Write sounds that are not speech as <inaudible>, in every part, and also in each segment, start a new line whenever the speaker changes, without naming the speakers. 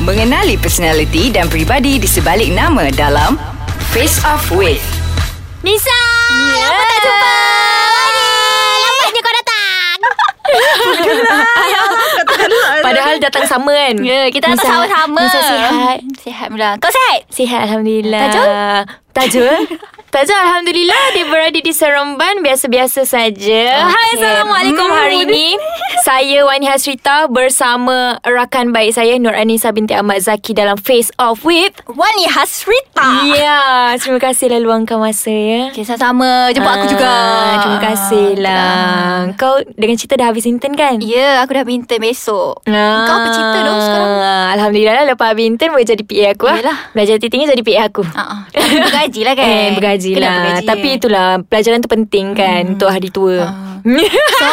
Mengenali personaliti dan peribadi di sebalik nama dalam Face Off With.
Nisa yeah. Lama tak jumpa Wani Lambatnya kau datang
Padahal datang sama kan
Ya yeah, kita datang
Nisa-
sama-sama
Nisa sihat
Sihat pula Kau sihat?
Sihat Alhamdulillah
Tajul? <laughs>
Tajul Tajul Alhamdulillah Dia berada di Seremban Biasa-biasa saja okay. Hai Assalamualaikum
Hmm.
hari ini Saya Wani Hasrita Bersama rakan baik saya Nur Anissa binti Ahmad Zaki Dalam Face Off with
Wani Hasrita
Ya Terima kasih lah luangkan masa ya
Okay sama-sama Jemput aku
Ah,
juga Ah,
Terima kasih lah Kau dengan cerita dah habis intern kan?
Ya yeah, aku dah minta besok
Ah,
Kau apa cerita dong sekarang?
Alhamdulillah lah Lepas habis intern Boleh jadi PA aku lah.
Yelah.
Belajar titingnya jadi PA aku
Uh-uh.
<laughs>
Tapi bergaji lah kan
Eh bergaji
Kena
lah
bergaji. Hmm.
Tapi
<laughs>
itulah Pelajaran tu penting kan Untuk hari tua <laughs>
So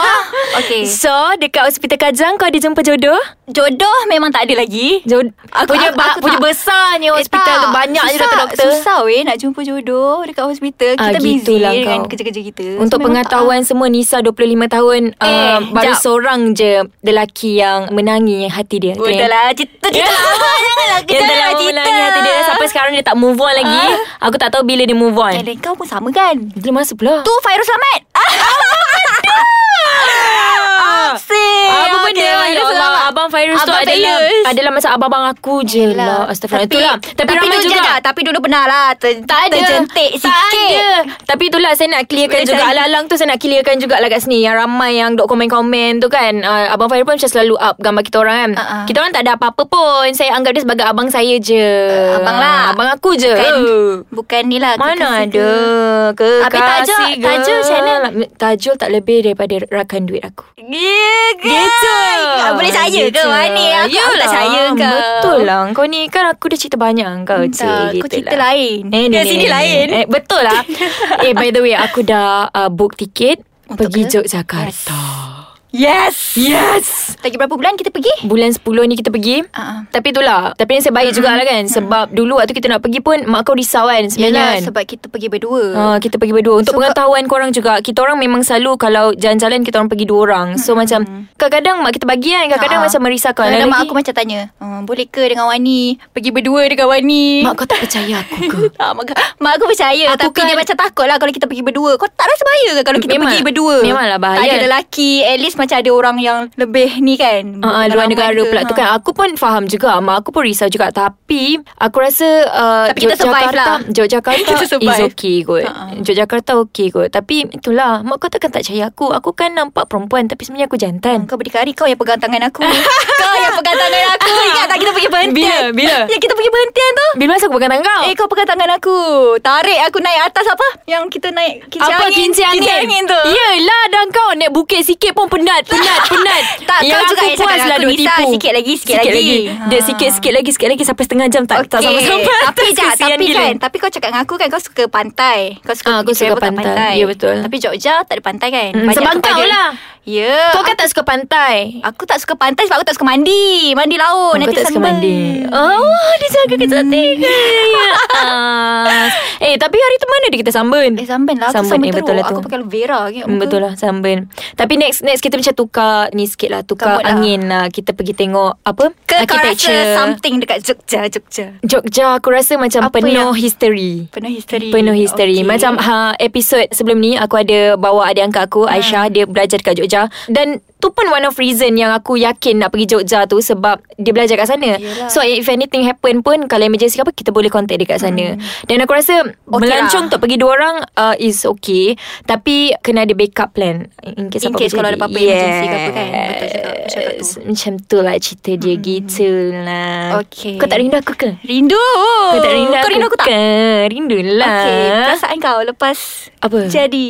Okay
So dekat hospital Kajang Kau ada jumpa jodoh?
Jodoh memang tak ada lagi
Jodoh
Aku-
Punya,
aku-
ba-
aku
punya
tak-
besarnya
Eh,
hospital
tak.
tu Banyak je
susah,
kata doktor
Susah weh nak jumpa jodoh Dekat hospital
Ah,
Kita busy
gitulah
dengan
kau.
kerja-kerja kita So,
Untuk
memang
pengetahuan semua Nisa 25 tahun eh, uh,
Eh,
Baru
jap.
seorang je Lelaki yang menangi hati dia
tak, ah. Udahlah Cerita
<laughs>
cerita lama Janganlah
Dia
Kita
telah
nak cerita
memenangi hati dia Sampai sekarang dia tak move on lagi
Ah.
Aku tak tahu bila dia move
Eh,
on
dan kau pun sama kan
Dia masa pula
Tu Fairul Selamat
Ah,
lah. Asyik
Apa benda okay, Ya Allah Abang Ah, eh, Fairuz tu
lah. Abang
adalah
Fairuz.
Adalah masa abang-abang aku je lah Astagfirullah Itulah Tapi ramai
tu
juga
jeda, Tapi dulu benar lah ter,
tak ada
Terjentik sikit
Tak ada Tapi itulah Saya nak clearkan
Boleh
juga
saya-
Alang-alang tu Saya nak clearkan juga lah kat sini Yang ramai yang Dok komen-komen tu kan uh, Abang Fahir pun macam selalu up Gambar kita orang kan
Uh-uh.
Kita orang tak ada apa-apa pun Saya anggap dia sebagai abang saya je
Uh, abang lah. Kan?
Abang aku je
Bukan,
Eh.
bukan ni lah
Mana
kekasih ke.
ada Kekasih
Habis Tajul-
ke.
Tajul macam mana?
Tajul tak lebih daripada Rakan duit aku
Ya ke?
Gitu
Ah, Boleh saya ke
Gitu.
Wani Aku Yalah,
Yalah,
tak saya ke
Betul lah Kau ni kan aku dah cerita banyak dengan kau cik,
Tak, Kau
gitu
cerita
lah.
lain
Eh,
Kat
ni,
sini
ni,
lain
ni. Eh, betul
<laughs>
lah Eh by the way Aku dah uh, book tiket
Untuk
Pergi
ke?
Yogyakarta
Yes
Yes
Lagi berapa bulan kita pergi?
Bulan 10 ni kita pergi
Ah, ah.
Tapi itulah Tapi ni saya baik jugalah kan Sebab dulu waktu kita nak pergi pun Mak kau risau kan
Yelah
Sebenarnya kan
sebab kita pergi berdua
Ah, kita pergi berdua Untuk
So,
pengetahuan korang juga Kita orang memang selalu Kalau jalan-jalan Kita orang pergi dua orang So macam Kadang-kadang mak kita bagi kan Kadang-kadang
Ah, ah.
macam merisaukan
Kadang-kadang mak
Lagi-
aku macam tanya "Hmm, Boleh ke dengan Wani Pergi berdua dengan Wani <laughs>
Mak kau tak percaya aku <laughs> ke?
tak, mak, mak aku
Aku
percaya aku Tapi
kan-
dia macam takut lah Kalau kita pergi berdua Kau tak rasa bahaya ke Kalau kita
Memang-
pergi berdua
memanglah bahaya.
Tak ada lelaki At least macam ada orang yang Lebih ni kan
Uh,
pengalaman
luar negara
ke,
pula tu
ha.
kan Aku pun faham juga Mak aku pun risau juga Tapi Aku rasa uh,
Tapi kita survive
Yogyakarta-
lah.
<laughs> Yogyakarta
Kita
is
survive. Ha,
okay kot
Ha-ha.
Yogyakarta okay kot Tapi itulah Mak kau takkan tak percaya aku Aku kan nampak perempuan Tapi sebenarnya aku jantan
Kau berdikari Kau yang pegang tangan
<laughs>
aku Kau yang pegang tangan aku Ingat tak kita pergi berhentian
Bila? Bila?
Yang kita pergi berhentian tu
Bila masa aku pegang tangan kau?
Eh kau pegang tangan aku Tarik aku naik atas apa Yang kita naik kincir
apa
angin
kincir angin?
Kincir angin Ya. tu
Yelah dah kau naik bukit sikit pun penat, penat, penat.
<laughs> Tak,
Yang
kau juga
aku
yang
puas
cakap
lah
dengan
duk
aku, Nisa,
tipu.
sikit lagi, sikit lagi.
Dia
Ha.
sikit, sikit lagi, sikit lagi sampai setengah jam Oh, tak <laughs> tak
Okey,
sama-sama.
Tapi
Atas
jap
kesian
Tapi
gila.
kan Tapi kau cakap dengan aku kan Kau suka pantai Kau
Ah,
suka
aku suka
pergi travel kat
pantai. Ya, betul.
Tapi Jogja tak ada pantai kan
Hmm, sebab
tempat
kau
dia-
lah.
Ya
Kau kan tak suka pantai. Oh,
Aku tak suka pantai Sebab aku tak suka mandi Mandi
kau
laut Nanti Ah,
tak suka
sunburn.
mandi. Oh, dia jaga <laughs> kecantikan.
<laughs>
Ya. Ah. Eh, tapi hari tu mana dia kita sambun?
Eh samban lah Aku
Sunburn,
samban
eh,
teruk
betul lah tu.
Aku pakai aloe vera ke
Hmm, Betul lah sambun Tapi next next kita macam tukar Ni sikit lah Tukar
Tukar mood lah.
angin lah Kita pergi tengok Apa
Ke kau rasa something dekat Jogja Jogja
Jogja aku rasa macam
Apa
penuh
yang-
history
Penuh history
Penuh history
Okey.
okay. Macam ha, episod sebelum ni Aku ada bawa adik angkat aku
Ha.
Aisyah Dia belajar dekat Jogja Dan tu pun one of reason Yang aku yakin nak pergi Jogja tu Sebab dia belajar kat sana
Yelah.
So if anything happen pun Kalau emergency ke apa Kita boleh contact dekat sana Dan aku rasa okay
Okay
Melancong
Hmm. lah.
untuk pergi dua orang uh, Is okay Tapi kena ada backup plan In case,
In
apa-apa
case kalau
jadi.
ada apa-apa emergency ke apa kan. Betul juga. Aku cakap tu. Hmm.
Yes. Macam tu lah cerita dia Gitu lah
Okay.
Kau tak rindu aku ke?
Rindu
Oh, Kau tak rindu
Kau rindu aku tak?
Kan? Rindu lah
Okay Perasaan kau lepas
Apa?
Jadi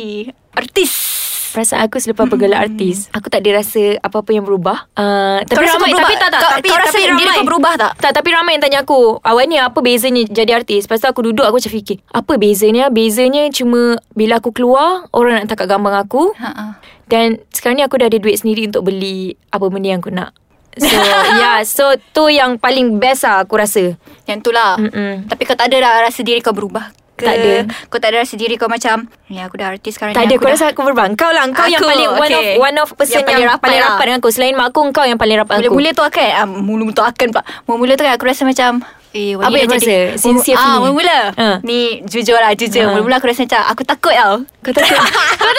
Artis
Perasaan aku <laughs> selepas bergelar artis Aku tak ada rasa apa-apa yang berubah uh, Tapi
Kau rasa
ramai
kau berubah?
Tapi tak tak
Kau-
tapi,
kau rasa
tapi
diri
ramai.
kau berubah tak?
Tak tapi ramai yang tanya aku Awak ni apa bezanya jadi artis Lepas tu aku duduk aku macam fikir Apa bezanya Bezanya cuma Bila aku keluar Orang nak tangkap gambar aku
Ha-ha.
Dan sekarang ni aku dah ada duit sendiri Untuk beli Apa benda yang aku nak So <laughs> yeah So tu yang paling best lah aku rasa
Yang tu lah
Mm-mm.
Tapi kau tak ada dah lah rasa diri kau berubah ke
Tak ada.
Kau tak ada rasa diri kau macam Ni aku dah artis sekarang
Tak
ni
ada
aku
Kau
dah-
rasa aku berbang Kau lah Kau yang
Aku,
paling One
okay.
of one of person Yang paling rapat, paling
lah.
rapat dengan aku Selain mak aku Kau yang paling rapat aku
Mula-mula tu akan ah, Mula-mula tu akan pula Mula-mula tu kan aku rasa macam Eh,
Apa yang kau rasa? Sincere
ah,
feeling?
Mula-mula
Ha.
Ni jujur lah Jujur
Ha.
Mula-mula aku rasa macam Aku takut tau Kau takut <laughs> Kau takut Aku takut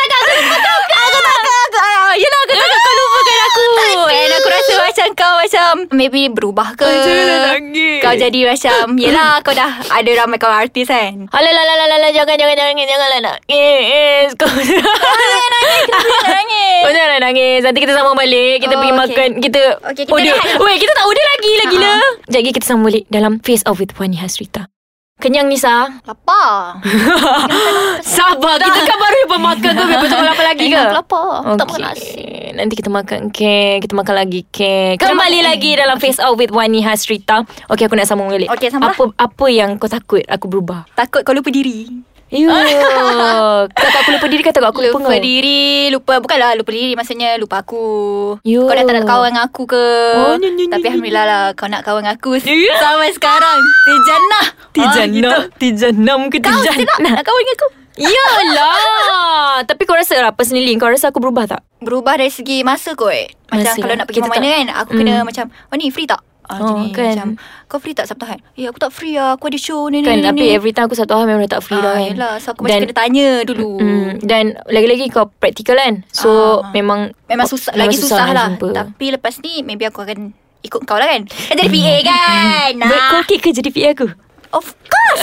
Aku takut aku, ah, Yelah aku takut Kau lupakan aku Oh, And aku rasa macam Kau macam Maybe berubah ke
janganlah nangis.
Kau jadi macam Yelah kau dah Ada ramai kau artis kan
Alah lah lah lah lah, lah Jangan jangan jangan Jangan lah nak Yes Kau <laughs>
Nangis
Kau jangan nangis Nanti kita sambung balik Kita
Oh,
pergi
okay.
makan Kita
Okay, kita
order
rehat.
Weh kita tak order lagi lah gila Sekejap lagi kita sambung balik Dalam Face Off with Puan Hasrita Kenyang Nisa
Lapar
Sabar Kita kan baru dapat makan Kau boleh macam apa lagi ke
Aku lapar Aku tak makan nasi
Okay. Nanti kita makan kek Kita makan lagi kek Kembali lagi dalam Face Off with Wani Hasrita Okay aku nak sambung balik
Okay, sambung lah.
apa, apa yang kau takut aku berubah
Takut kau lupa diri
Ew <laughs> Kata aku lupa diri Kata aku lupa
Ya. Lupa
kau
diri Lupa Bukanlah lupa diri Maksudnya lupa aku
Yo.
Kau dah tak nak kawan dengan aku ke
Oh, nyo, nyo, nyo,
Tapi
nyo,
Alhamdulillah lah Kau nak kawan dengan aku Sampai sekarang Tijana
Ah, Tijanam Tijanam ke
Kau still nak,
Tijanam
nak kawan dengan aku
Yalah Tapi kau rasa lah Personally kau rasa aku berubah tak?
Berubah dari segi masa kot Macam
Masa
kalau
lah.
nak pergi
Kita
mana-mana
tak-
kan Aku kena
Mm.
macam Oh ni free tak? Ah,
Oh,
macam ni,
kan.
Macam Kau free tak Sabtu Ahad Eh aku tak free lah Aku ada show ni ni
Kan
ni,
tapi
ni.
every time aku satu hari Memang dah tak free dah
ah,
kan
Yelah So aku macam
Dan-
kena tanya dulu
Hmm, dan lagi-lagi kau praktikal kan So
Ah.
memang
Memang susah Lagi
nak
susah, lah
jumpa.
Tapi lepas ni Maybe aku akan Ikut kau lah kan Kan jadi PA kan
Hmm. Baik,
nah.
Kau okey ke jadi PA aku?
Of
<laughs>
course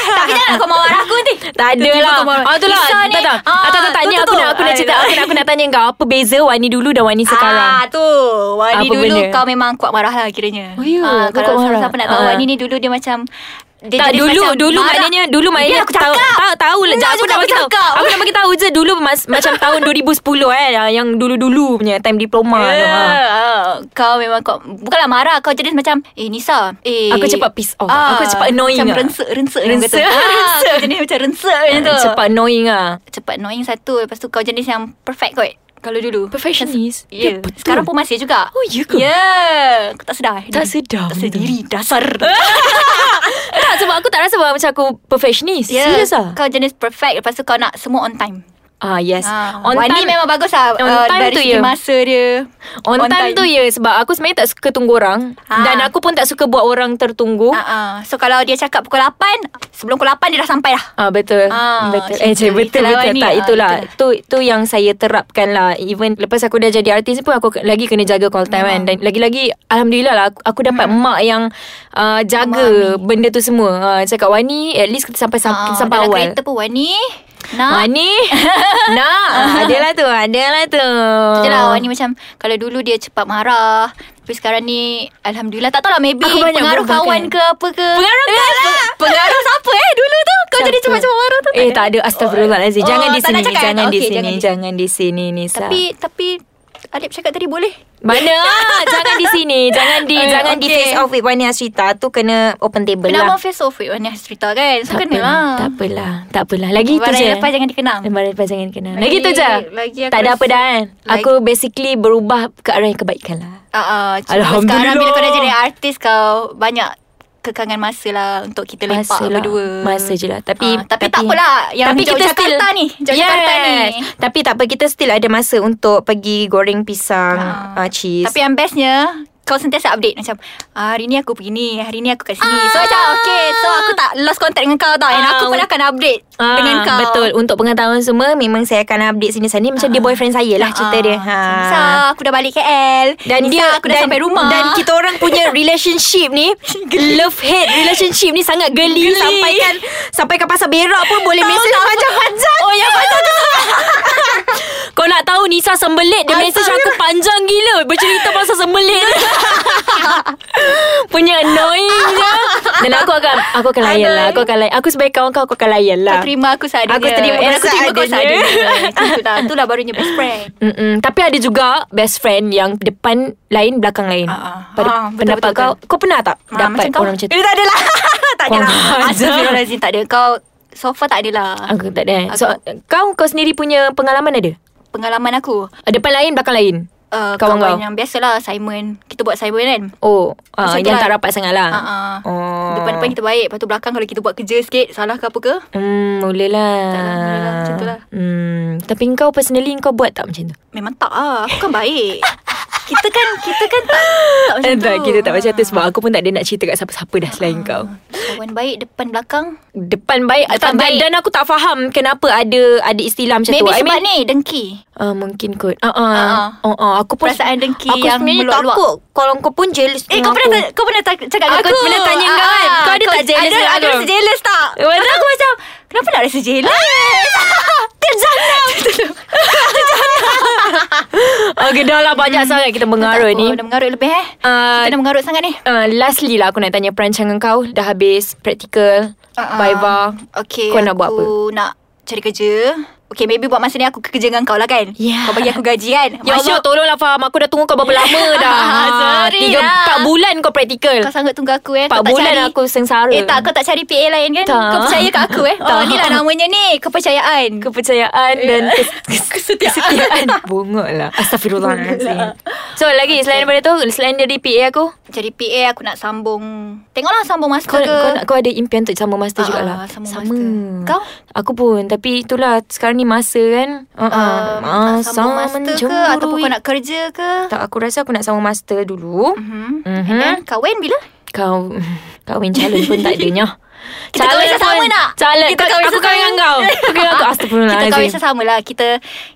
Tapi jangan kau mawar aku nanti
Tak ada
Tiba-tiba
lah
kau marah.
Ah tu lah
Isa ni,
Tak tak
ah,
Ah, tak tak tak Ni
tu, tu,
aku
tu.
nak Aku nak cerita
Alah.
Aku nak aku nak tanya kau Apa beza Wani dulu Dan Wani
Ah
sekarang
tu Wani
Apa
dulu
benda?
kau memang kuat marah lah kiranya
Oh, ya,
Ah,
kau
Kalau
kuat marah.
siapa nak tahu
Ah.
Wani ni dulu dia macam dia
tak
jenis
dulu
macam
dulu
marah.
maknanya dulu maknanya
Biar aku cakap
tahu tahu lah
Biar
aku
juga
nak
aku
bagi tahu
cakap.
aku nak bagi tahu je dulu mas, macam tahun 2010 eh ah, yang dulu-dulu punya time diploma tu ha.
Yeah. Ah, Kau memang kau Bukanlah marah Kau jenis macam Eh Nisa eh,
Aku cepat piss off. Aku cepat annoying ah.
Macam rensek Rensek
Rensek. <laughs>
ah, Kau jenis macam rensek macam tu
cepat annoying ah
Cepat annoying satu Lepas tu kau jenis yang perfect kot Kalau dulu
perfectionist
Ya yeah.
Dia betul.
Sekarang pun masih juga
Oh, ya ke?
Ya yeah. Aku tak sedar
Tak sedar benda
Tak sedar
tu.
diri Dasar
tak sebab aku tak rasa bahawa macam aku perfectionist
<laughs>
yeah.
Ya,
serius ah
Kau jenis perfect Lepas tu kau nak semua on time
ah yes
Ah,
on
Wani
time
memang bagus lah
On
uh,
time
Dari
tu
segi
ya.
masa dia
On, on time, time tu ya Sebab aku sebenarnya tak suka tunggu orang
Ah.
ha. Dan aku pun tak suka buat orang tertunggu ha.
Uh-uh. So kalau dia cakap pukul 8 Sebelum pukul 8 dia dah sampai dah
Ah betul.
Ah,
betul.
macam
Eh cik,
tu.
betul
Itulah
betul
Wani.
tak
Ah,
itulah.
itulah.
Tu tu yang saya terapkan lah. Even lepas aku dah jadi artis pun aku lagi kena jaga call time kan. Dan lagi-lagi alhamdulillah lah aku, aku
Hmm.
dapat mak yang uh, jaga benda tu semua. Uh, cakap Wani at least kita sampai
Ah,
sampai, sampai
dalam
awal.
kereta pun Wani Nah Wani <laughs>
Wani Nak Adalah tu Adalah tu
Itulah Wani macam Kalau dulu dia cepat marah Tapi sekarang ni Alhamdulillah Tak tahulah maybe
Aku banyak
Pengaruh
berubah,
kawan
kan?
ke apa ke
Pengaruh kau lah
Eh, Pengaruh <laughs> siapa eh dulu tu Kau jadi
Siapa?
cepat-cepat marah tu
Eh tak ada Astagfirullahalazim
Oh,
Jangan di
tak nak
sini
cakap, eh?
Jangan di
Okey,
sini
jangan di-
Jangan di sini Nisa
Tapi Tapi Alip cakap tadi boleh <laughs>
Mana Ah, Jangan di sini Jangan di
Eh,
Jangan di
okay.
face off With Wani Asrita Tu kena open table
Kenapa
lah
face off with Wani cerita kan So
tak
kena
apalah,
lah
Tak apalah Tak apalah Lagi tu
Barang
je
yang lepas jangan dikenang
Lembaran lepas jangan kenal Lagi,
Lagi-
tu je
lagi aku
Tak ada apa
rasa-
dah kan
lagi-
Aku basically berubah Ke arah yang kebaikan lah
Uh,
Alhamdulillah.
Sekarang bila kau dah jadi artis kau banyak kekangan masa lah untuk kita lepak
Masa lah.
berdua.
Masa je lah Tapi
Ah, tapi tak apalah. Yang jauh Jakarta ni, jauh Jakarta ni.
Tapi tak apa Kita still ada masa Untuk pergi goreng pisang
Ah.
uh, Cheese
Tapi yang bestnya kau sentiasa update macam ah, hari ni aku pergi ni, hari ni aku kat sini. So
Ah.
macam okay, so aku tak lost contact dengan kau tau. And
Ah,
aku pun
un-
akan update
Ah,
dengan kau.
Betul Untuk pengetahuan semua Memang saya akan update sini sana Macam
Ah.
dia boyfriend saya lah Cerita dia
ha. Nisa, aku dah balik KL.
lah. dan
Nisa,
dia
aku dah
dan,
sampai rumah.
Dan kita orang
<laughs>
punya relationship ni Love hate relationship ni Sangat geli,
Geli.
Sampaikan Sampaikan pasal berak pun Boleh message panjang-panjang Oh ya betul tu <laughs> Kau nak tahu Nisa sembelit Dia message aku panjang gila Bercerita pasal sembelit <laughs> Punya annoying je Dan aku akan Aku akan layan lah Aku akan layan Aku sebagai kawan kau Aku akan layan
kau
lah
terima aku seadanya.
Aku terima
And
kau
aku terima kau
seadanya.
seadanya. Itulah, itulah barunya best friend.
Mm-mm. Tapi ada juga best friend yang depan lain belakang lain.
Ah, ah.
Pada
Ah, betul,
pendapat
betul,
kau, kau pernah tak
Ah,
dapat
macam kau?
orang macam tu?
Eh, tak ada lah. <laughs> tak ada lah.
Kurang ajar.
Astagfirullahalazim tak ada. Kau so far tak ada lah.
Aku tak ada. eh. So
Aku-
kau kau sendiri punya pengalaman ada?
Pengalaman aku.
Depan lain belakang lain.
uh,
Kawan
kawan, kawan
kau?
yang biasalah Simon. Kita buat Simon kan.
Oh, uh,
Macam tu
yang
lah.
tak rapat sangat lah.
Uh-uh.
Oh.
Depan-depan kita baik Lepas tu belakang Kalau kita buat kerja sikit Salah ke apa ke
Hmm, boleh lah.
Tak lah, boleh lah, macam tu lah.
Hmm, tapi kau personally kau buat tak macam tu?
Memang tak ah Aku kan
<laughs>
baik Kita kan Kita kan tak, tak macam
Eh,
tu
tak, kita tak macam tu
Ah.
sebab aku pun tak ada nak cerita kat siapa-siapa dah selain kau.
Kawan baik Depan belakang
Ah. Depan baik,
Depan
tak, baik.
baik.
Dan, dan aku tak faham kenapa ada ada istilah macam
Maybe
tu. I
sebab
mean,
ni Dengki
Uh, mungkin kot. Ah uh-uh.
Ah.
uh-uh. uh-uh. aku pun
Perasaan dengki
aku
yang
sebenarnya
meluap-luap.
takut kalau kau pun jealous
Eh kau
dengan aku.
pernah ta- Kau pernah ta- cakap dengan
Aku pernah tanya
Ah,
kau kan,
ah,
kau ada tak jealous
Ada,
dengan
ada
aku?
rasa jealous tak Lepas tu aku macam Kenapa nak rasa jealous
<laughs>
Terjanam
Okay dah lah banyak
Hmm.
sangat kita mengarut ni.
Dah mengarut lebih eh
Uh,
Kita dah mengarut sangat ni
uh, lastly lah aku nak tanya perancangan kau dah habis praktikal,
Ah, ah.
viva.
Okay
Kau nak buat apa?
Aku nak cari kerja Okay maybe buat masa ni Aku kerja dengan kau lah kan
Yeah.
Kau bagi aku gaji kan
Ya Allah tolonglah Faham Aku dah tunggu kau
<laughs>
berapa lama dah
Sorry
Tiga,
lah.
Empat bulan kau praktikal
Kau sanggup tunggu aku eh
Empat
Kau tak
bulan
cari.
aku sengsara
Eh tak kau tak cari PA lain kan
Tak.
Kau percaya kat aku eh
<laughs> Tak.
Oh ni lah namanya ni Kepercayaan
Kepercayaan
Eh,
Dan
ya.
kes, kes,
<laughs>
kesetiaan, kesetiaan. Bongok lah Astagfirullahaladzim So lagi Selain daripada tu Selain dari PA aku
Cari PA aku nak sambung Tengoklah sambung master
kau,
ke
kau, nak, kau ada impian untuk sama master
Ah,
juga lah
ah, sama master. Kau?
Aku pun Tapi itulah Sekarang ni masa kan uh,
um, nak sambung master ke Ataupun kau nak kerja ke
Tak aku rasa aku nak sama master dulu
Mhm.
Mhm.
And then kahwin bila?
Kau <laughs> Kahwin calon pun tak adanya
<laughs> Kita kahwin sesama nak?
Calon
Kita
Kita kahwin
kahwin
Aku kahwin
sesama.
dengan kau Aku kahwin aku Astagfirullahaladzim
<laughs> Kita kahwin sesama lah Kita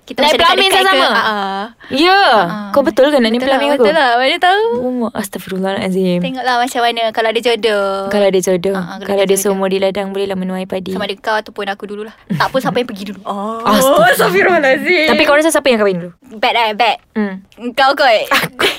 Kita
Naik
macam
pelamin
dekat-dekat
sama-sama?
ke. Ah, ah.
Ya
Ah.
Kau betul ke nak ni
Betul lah,
pelamin aku
Betul lah Mana tahu
Oh, Astagfirullahalazim
Tengoklah macam mana Kalau ada jodoh
Kalau ada jodoh
Ah, ah, kalau
Kalau
ada
ada
jodoh.
seumur di ladang Bolehlah menuai padi
Sama ada kau ataupun aku
<laughs>
dululah Tak pun siapa yang pergi dulu Oh
Astagfirullahalazim Tapi kau rasa siapa yang kahwin dulu?
Bad lah bad
Hmm.
Kau kot <laughs>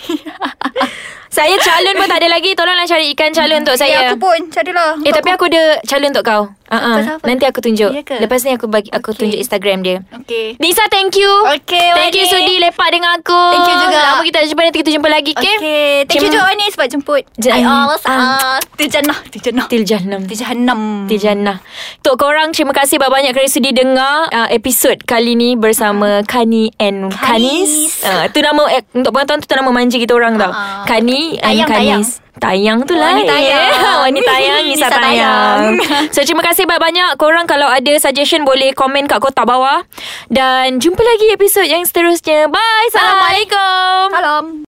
Saya calon pun tak ada lagi Tolonglah carikan calon untuk
Ya
saya
aku pun Macam adalah
Eh tapi aku ada calon untuk kau uh-uh.
siapa?
Nanti aku tunjuk
Ya ke?
Lepas ni aku bagi aku
Okay.
tunjuk Instagram dia
Okay
Nisa thank you
Okay,
Thank you
Wani.
Sudi lepak dengan aku
Thank you juga.
Lama kita tak jumpa Nanti kita jumpa lagi Okay,
Okay Thank you
Cuma-
juga ni Sebab jemput
Jan-
I always
Ah.
uh, Tu jannah Tu jannah
Til Jahannam
Tu jahannam
Til Jannah Untuk korang Terima kasih banyak-banyak Kerana sudi dengar uh, Episod kali ni Bersama Kani and Kanis uh,
Ah. Kanis.
Itu nama eh, Untuk penonton tu nama manja kita orang tau
Ah, ah.
Kani and
Tayang,
Kanis Tayang tu lah <laughs>
Wanita
eh.
tayang.
Wanita
<laughs>
tayang Nisa
Nisa
tayang
tayang.
So terima kasih banyak-banyak Korang kalau ada suggestion Boleh komen kat kotak bawah Dan jumpa lagi episod yang seterusnya Bye Assalamualaikum
Salam